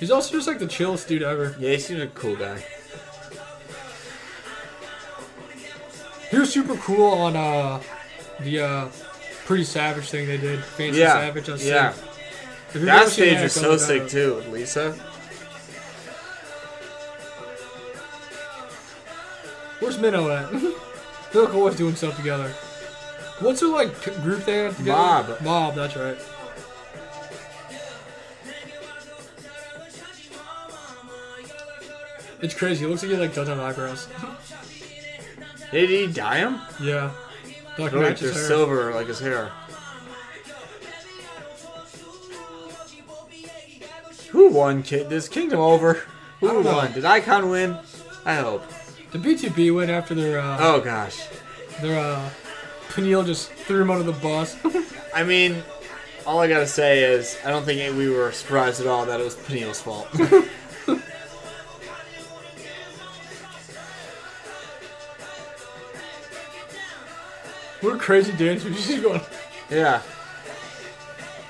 S2: He's also just like the chillest dude ever.
S1: Yeah, he seems like a cool guy.
S2: He was super cool on uh, the uh, Pretty Savage thing they did. Fancy
S1: Yeah,
S2: Savage. I was
S1: yeah.
S2: sick. If you've
S1: That
S2: never seen
S1: stage was
S2: go
S1: so
S2: look that
S1: sick
S2: up.
S1: too. Lisa.
S2: Where's Minnow at? They're like always doing stuff together. What's their like c- group they had together?
S1: Mob.
S2: Mob, that's right. It's crazy. It looks like he like does have eyebrows.
S1: Did he dye him?
S2: Yeah. They, like
S1: They're like
S2: matches
S1: they're
S2: her.
S1: silver, like his hair. Who won? Kid, this Kingdom over.
S2: I
S1: Who
S2: don't know.
S1: won? Did Icon win? I hope.
S2: The BTB went after their uh,
S1: Oh gosh.
S2: their uh, Peniel just threw him under the bus.
S1: I mean, all I gotta say is I don't think we were surprised at all that it was Peniel's fault.
S2: what a crazy dance! She's just going
S1: yeah.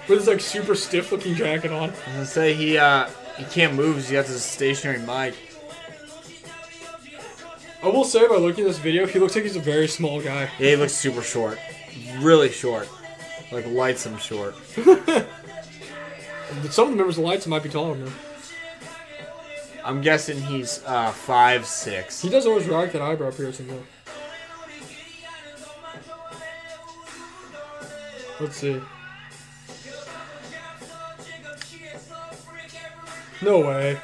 S2: with this like super stiff looking jacket on.
S1: I was gonna say he uh he can't move. 'cause He got this stationary mic.
S2: I will say by looking at this video, he looks like he's a very small guy.
S1: Yeah, he looks super short, really short, like lightsome short.
S2: But some of the members of Lights might be taller than him.
S1: I'm guessing he's uh five six.
S2: He does always rock that eyebrow piercing though. Let's see. No way.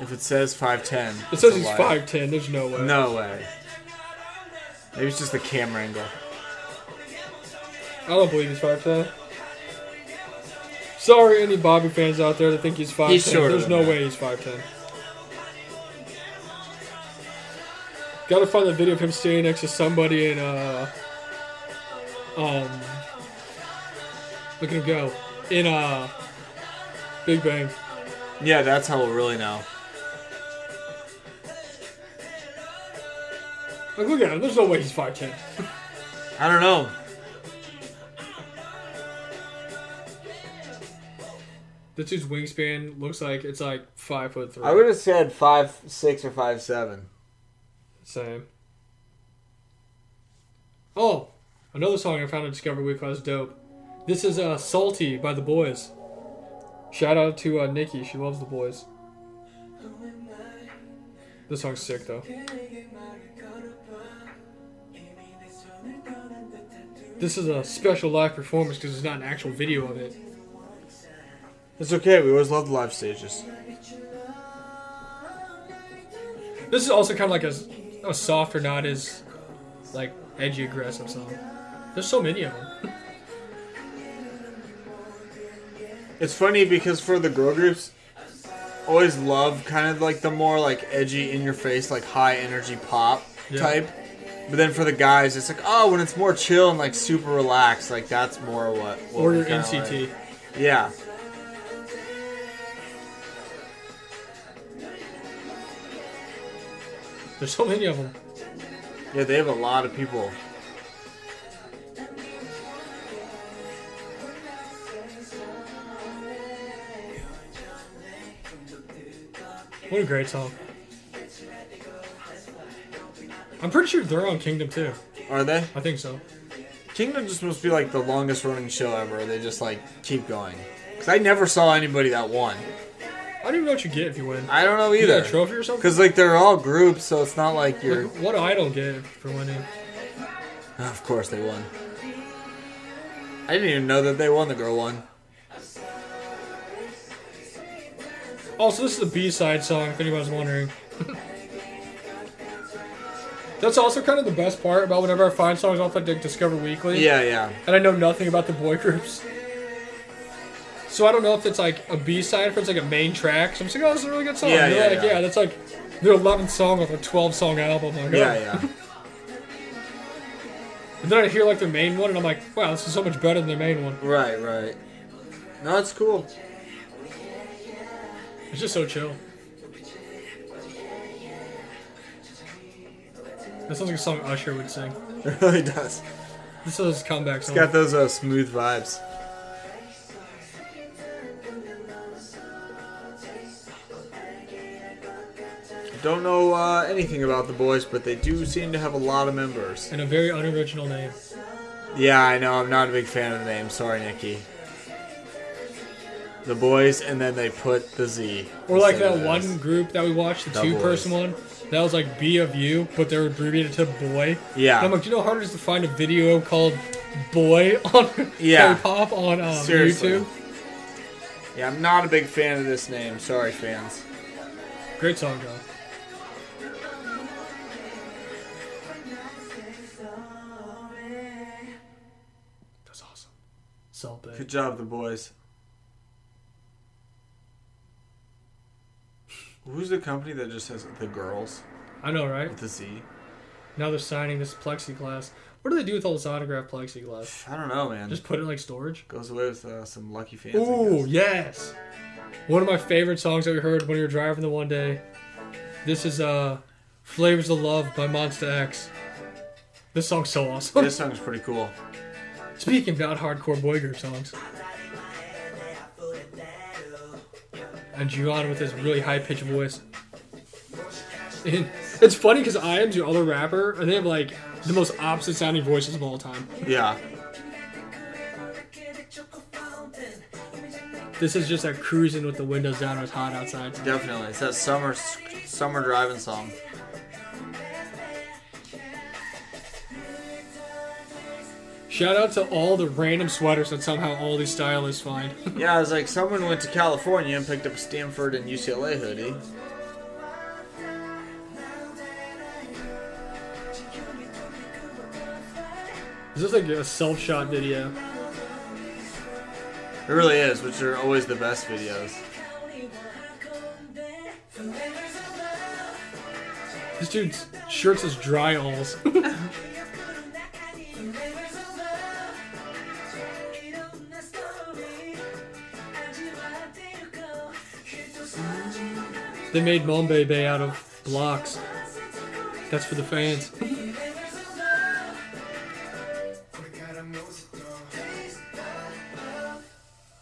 S1: If it says five ten,
S2: It says he's five ten. There's no way.
S1: No way. Maybe it's just the camera angle.
S2: I don't believe he's five ten. Sorry, any Bobby fans out there that think he's five ten.
S1: shorter
S2: There's
S1: than
S2: no
S1: that.
S2: way he's five ten. Got to find the video of him standing next to somebody and uh, um, look at him go in uh, Big Bang.
S1: Yeah, that's how we'll really know.
S2: Like, look at him. There's no way he's five ten.
S1: I don't know.
S2: This dude's wingspan looks like it's like five foot three.
S1: I would have said five six or five seven.
S2: Same. Oh, another song I found on Discover Week was dope. This is uh, "Salty" by the Boys. Shout out to uh, Nikki, she loves the Boys. This song's sick though. This is a special live performance because there's not an actual video of it.
S1: It's okay. We always love the live stages.
S2: This is also kind of like a, a softer, not as like edgy aggressive song. There's so many of them.
S1: It's funny because for the girl groups, always love kind of like the more like edgy, in your face, like high energy pop
S2: Yeah.
S1: type. But then for the guys, it's like oh, when it's more chill and like super relaxed, like that's more what. what
S2: Or
S1: we
S2: your
S1: kinda
S2: NCT.
S1: like. Yeah.
S2: There's so many of them.
S1: Yeah, they have a lot of people.
S2: What a great song. I'm pretty sure they're on Kingdom too.
S1: Are they?
S2: I think so.
S1: Kingdom just must be like the longest running show ever. They just like keep going. Cause I never saw anybody that won.
S2: I don't even know what you get if you win.
S1: I don't know
S2: You
S1: either.
S2: get a trophy or something?
S1: Cause like they're all groups, so it's not like you're.
S2: Like, what do I don't get for winning?
S1: Of course they won. I didn't even know that they won. The girl won.
S2: Also, this is a B-side song, if anybody's wondering. That's also kind of the best part about whenever I find songs off of Dick Discover Weekly.
S1: Yeah, yeah.
S2: And I know nothing about the boy groups. So I don't know if it's like a B-side, if it's like a main track. So I'm just like, oh, this is a really good song.
S1: Yeah,
S2: And they're
S1: yeah,
S2: like,
S1: yeah.
S2: that's like their 11th song off a 12-song album. I'm Like, oh.
S1: Yeah, yeah.
S2: And then I hear like their main one, and I'm like, wow, this is so much better than their main one.
S1: right, right. No, it's cool.
S2: It's just so chill. That sounds like a song Usher would sing.
S1: It really does.
S2: This is his comeback song.
S1: It's got those uh, smooth vibes. Don't know uh, anything about the boys, but they do seem to have a lot of members.
S2: and a very unoriginal name.
S1: Yeah, I know. I'm not a big fan of the name. Sorry, Nikki. The boys, and then they put the Z.
S2: Or like
S1: instead
S2: that
S1: of the
S2: one group that we watched, the
S1: The
S2: two person one. That was like B of U, but they were abbreviated to boy.
S1: Yeah.
S2: And I'm like, do you know how hard it is to find a video called boy on
S1: Yeah.
S2: K-pop on um,
S1: Seriously.
S2: YouTube?
S1: S. Yeah, I'm not a big fan of this name. Sorry, fans.
S2: Great song, John. That's awesome. So big.
S1: Good job, the boys. Who's the company that just has the girls
S2: I know, right?
S1: with the Z?
S2: Now they're signing this plexiglass. What do they do with all this autograph plexiglass?
S1: I don't know, man.
S2: Just put it in like storage?
S1: goes away with uh, some lucky fans. I
S2: Ooh,
S1: guess.
S2: yes. One of my favorite songs that we heard when we were driving the one day. This is uh Flavors of Love by Monster X. This song's so awesome.
S1: This song's pretty cool.
S2: Speaking about hardcore boy group songs. And Juwan with his really high pitched voice. And it's funny because I am the other rapper, and they have like the most opposite sounding voices of all time.
S1: Yeah.
S2: This is just like cruising with the windows down, it's hot outside.
S1: Definitely, it's that summer summer driving song.
S2: Shout out to all the random sweaters that somehow all these stylists find.
S1: Yeah, I was like, someone went to California and picked up a Stanford and UCLA hoodie.
S2: Is this like a self shot video?
S1: It really is, which are always the best videos.
S2: This dude's shirt says dry alls. they made Bombay Bay out of blocks. That's for the fans.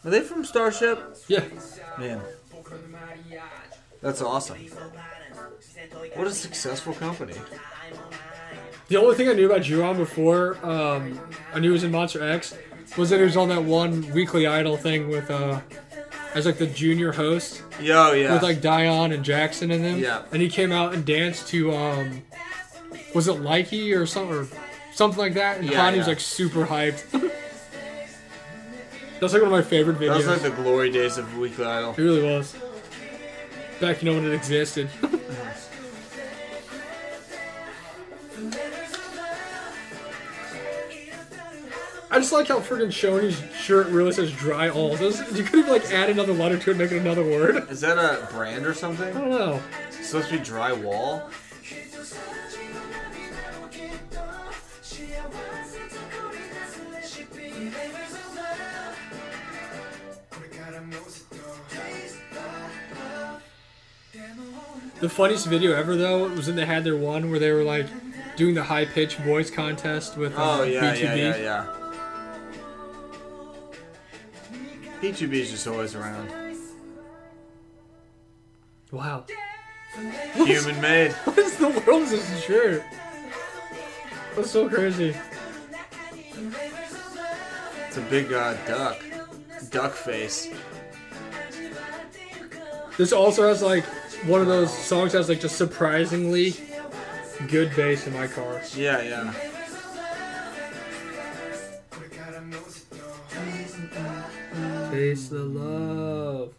S1: Are they from Starship?
S2: yeah.
S1: Man, that's awesome. What a successful company.
S2: The only thing I knew about Juwan before um, I knew he was in Monster X was that he was on that one weekly idol thing with uh as like the junior host.
S1: Yo, yeah.
S2: with like Dion and Jackson in them.
S1: Yeah.
S2: And he came out and danced to um was it Likey or something or something like that? And
S1: Yeah,
S2: Connie was
S1: yeah.
S2: like super hyped. That's like one of my favorite
S1: that
S2: videos.
S1: was like the glory days of Weekly Idol.
S2: it really was. Back you know when it existed. I just like how friggin' Shoney's shirt really says dry all. Those- You could have like add another letter to it, make it another word.
S1: Is that a brand or
S2: I
S1: something?
S2: don't know.
S1: It's supposed to be drywall?
S2: The funniest video ever, though, was when they had their one where they were like doing the high pitched voice contest with uh,
S1: Oh, yeah,
S2: BTB.
S1: yeah, yeah, yeah. P2B is just always around.
S2: Wow.
S1: Human made.
S2: What is the world is this shirt? That's so crazy.
S1: It's a big uh, duck. Duck face.
S2: This also has like one of those songs that has like just surprisingly good bass in my car.
S1: Yeah, yeah.
S2: Taste the love.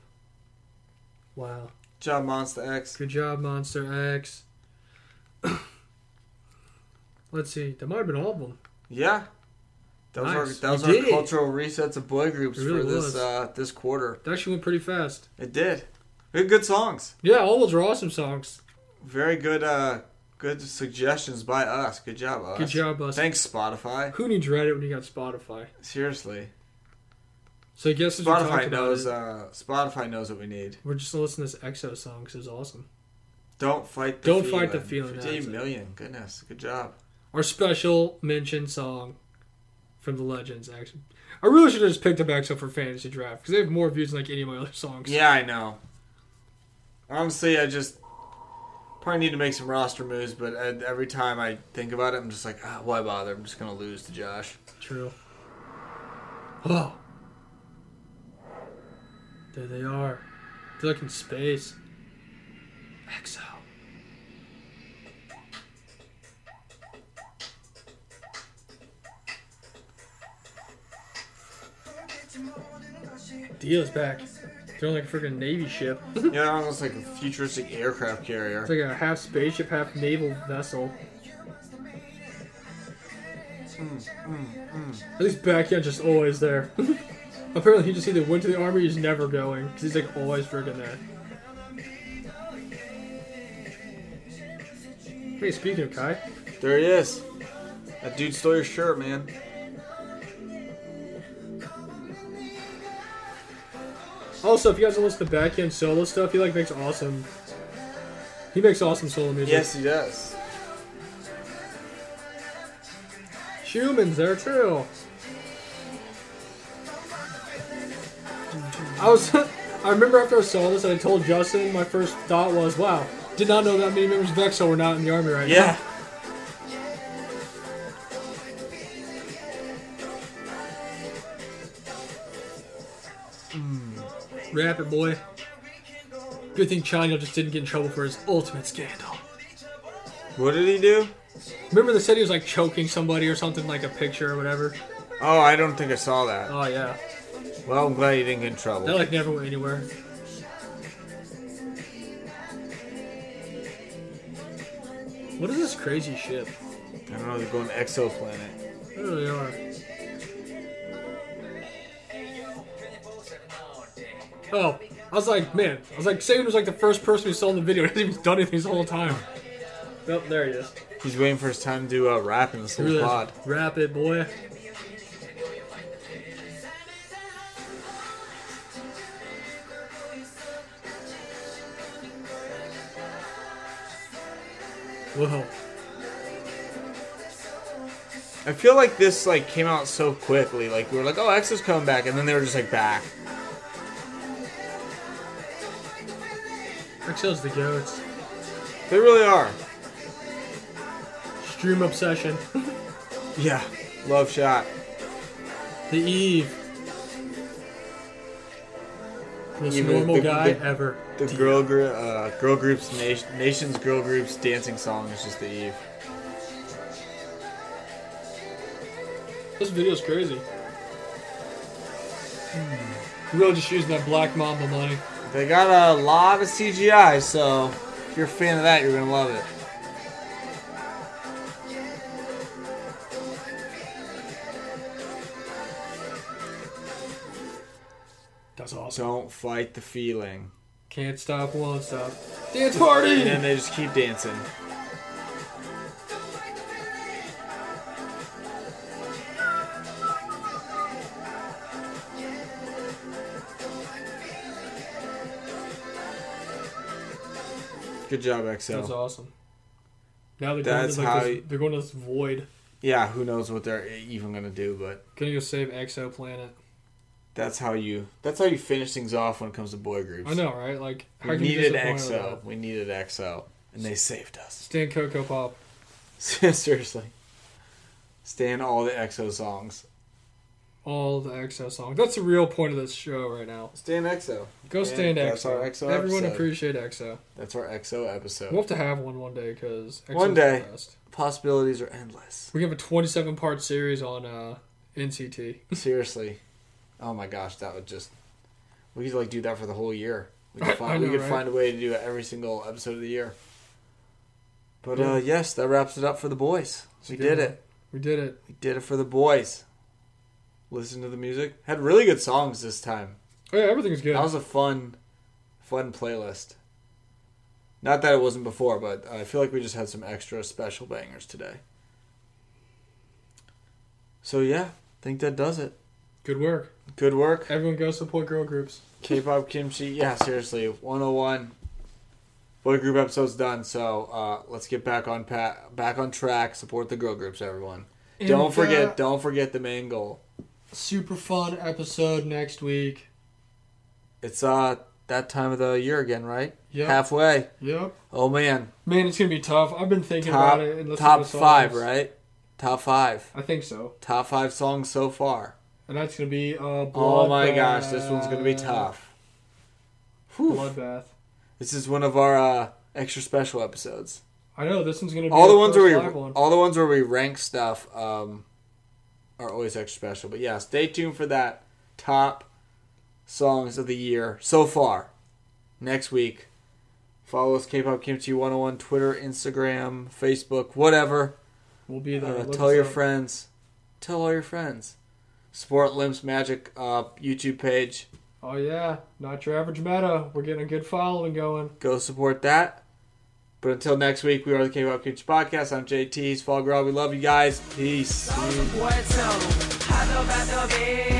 S2: Wow.
S1: Job Monster X.
S2: Good job, Monster X. Let's see. That might have been all of them.
S1: Yeah. That was
S2: Nice.
S1: our, that was
S2: You
S1: our
S2: did it.
S1: cultural resets of boy groups
S2: It really
S1: for this
S2: was.
S1: uh, this quarter.
S2: That actually went pretty fast.
S1: It did. We had good songs.
S2: Yeah, all those are awesome songs.
S1: Very good uh, good suggestions by us. Good job, us.
S2: Good job, us.
S1: Thanks, Spotify.
S2: Who needs Reddit when you got Spotify?
S1: Seriously.
S2: So I guess since we talked
S1: Spotify
S2: about
S1: knows
S2: it,
S1: uh, Spotify knows what we need.
S2: we're just gonna listen to this EXO song because it's awesome.
S1: Don't fight the
S2: Don't
S1: feeling.
S2: fight the feeling,
S1: Fifteen
S2: that's it.
S1: million. Goodness. Good job.
S2: Our special mention song from the Legends. Actually, I really should have just picked up EXO for fantasy draft because they have more views than like any of my other songs.
S1: Yeah, I know. Honestly, I just probably need to make some roster moves, but uh, every time I think about it, I'm just like, ah, why bother? I'm just gonna lose to Josh.
S2: True. Oh. There they are. They're like in space. EXO. Dio's back. They're on like a freaking navy ship.
S1: you know, almost like a futuristic aircraft carrier.
S2: It's like a half spaceship, half naval vessel. At least Backyard just always there. Apparently, he just either went to the army or he's never going because he's like always freaking there. Hey, speaking of Kai,
S1: There he is. That dude stole your shirt, man.
S2: also if you guys don't listen to Backyard solo stuff, he like makes awesome. He makes awesome solo music.
S1: Yes, he does.
S2: humans there too. I was, I remember after I saw this, I told Justin. My first thought was, "Wow, did not know that many members of EXO were not in the army right now."
S1: Yeah.
S2: Rap it, boy. Good thing Chino just didn't get in trouble for his ultimate scandal.
S1: What did he do?
S2: Remember they said he was like choking somebody or something, like a picture or whatever.
S1: Oh, I don't think I saw that.
S2: Oh yeah,
S1: Well, I'm glad you didn't get in
S2: that
S1: trouble.
S2: like never went anywhere. What is this crazy ship?
S1: I don't know. They're going exoplanet.
S2: There they are. Oh, I was like, man, I was like, Saban was like the first person who saw the video. He hasn't even done anything this whole time. Nope, there he is.
S1: He's waiting for his time to uh, rap in this
S2: Here he
S1: little
S2: is.
S1: pod.
S2: Rap it, boy. Whoa.
S1: I feel like this like came out so quickly. Like we were like, "Oh, X is coming back," and then they were just like back.
S2: XL's the goats.
S1: They really are.
S2: Stream obsession.
S1: Yeah. Love shot.
S2: The Eve. Most
S1: Eve is
S2: normal
S1: the-
S2: guy
S1: the-
S2: ever.
S1: The girl gr- uh, girl groups nation, nations girl groups dancing song is just the Eve.
S2: This video's crazy. Really Hmm. just using that Black Mamba money.
S1: They got a lot of CGI, so if you're a fan of that, you're gonna love it.
S2: That's awesome.
S1: Don't fight the feeling.
S2: Can't stop, won't stop. Dance party!
S1: And then they just keep dancing. Good job,
S2: That's
S1: XL.
S2: awesome. Now they're
S1: That's
S2: going, to
S1: how
S2: like this,
S1: you-
S2: they're going to this void.
S1: Yeah, who knows what they're even gonna do, but
S2: Gonna go save exoplanet.
S1: That's how you. That's how you finish things off when it comes to boy groups.
S2: I know, right? Like, how
S1: We
S2: can you
S1: needed
S2: disappoint with
S1: XO.
S2: that?
S1: We needed XO, and they saved us.
S2: Stan Coco Pop.
S1: Seriously, stand all the XO songs.
S2: All the EXO songs. That's the real point of this show right now.
S1: Stan XO.
S2: Go
S1: And
S2: stand
S1: that's
S2: EXO.
S1: our EXO
S2: Everyone
S1: episode.
S2: appreciate EXO.
S1: That's our XO episode.
S2: We'll have to have one one day because
S1: One day.
S2: The best.
S1: Possibilities are endless.
S2: We have a 27 part series on uh, NCT.
S1: Seriously, oh my gosh, that would just. We could like do that for the whole year. We could
S2: I- I
S1: find,
S2: know,
S1: we could
S2: right?
S1: find a way to do every single episode of the year. But
S2: Yeah.
S1: uh, yes, that wraps it up for the boys.
S2: It's a
S1: We
S2: good
S1: did
S2: one.
S1: it.
S2: We did it.
S1: We did it for the boys. Listen to the music. Had really good songs this time.
S2: Oh, yeah, everything's good.
S1: That was a fun, fun playlist. Not that it wasn't before, but I feel like we just had some extra special bangers today. So yeah, I think that does it.
S2: Good work.
S1: Good work.
S2: Everyone go support girl groups.
S1: K-pop kimchi. Yeah, seriously, 101. Boy group episode's done, so uh, let's get back on pa- back on track. Support the girl groups, everyone. don't
S2: And,
S1: forget,
S2: uh,
S1: don't forget the main goal.
S2: super fun episode next week.
S1: It's uh that time of the year again, right?
S2: Yep.
S1: Halfway.
S2: Yep.
S1: Oh man,
S2: Man, it's gonna be tough. I've been thinking
S1: top
S2: about it and listening
S1: top
S2: to songs.
S1: five, right? Top five,
S2: I think so.
S1: top five songs so far.
S2: And that's gonna be uh. Bloodbath.
S1: oh my gosh, this one's gonna be tough. Whew.
S2: Bloodbath.
S1: This is one of our uh, extra special episodes.
S2: I know this one's gonna be
S1: All the
S2: our
S1: ones
S2: first
S1: where we
S2: live one.
S1: all the ones where we rank stuff um, are always extra special. But yeah, stay tuned for that top songs of the year so far. Next week, follow us K-pop Kimchi 101 Twitter, Instagram, Facebook, whatever.
S2: We'll be there.
S1: Uh,
S2: Look
S1: tell
S2: us
S1: your
S2: up.
S1: friends. Tell all your friends. Support Limps Magic uh, YouTube page.
S2: Oh yeah, not your average meta. We're getting a good following going.
S1: Go support that. But until next week, we are the K-pop Kimchi Podcast. I'm JT. It's Fall Girl. We love you guys. Peace.
S3: What's up? How about the beat?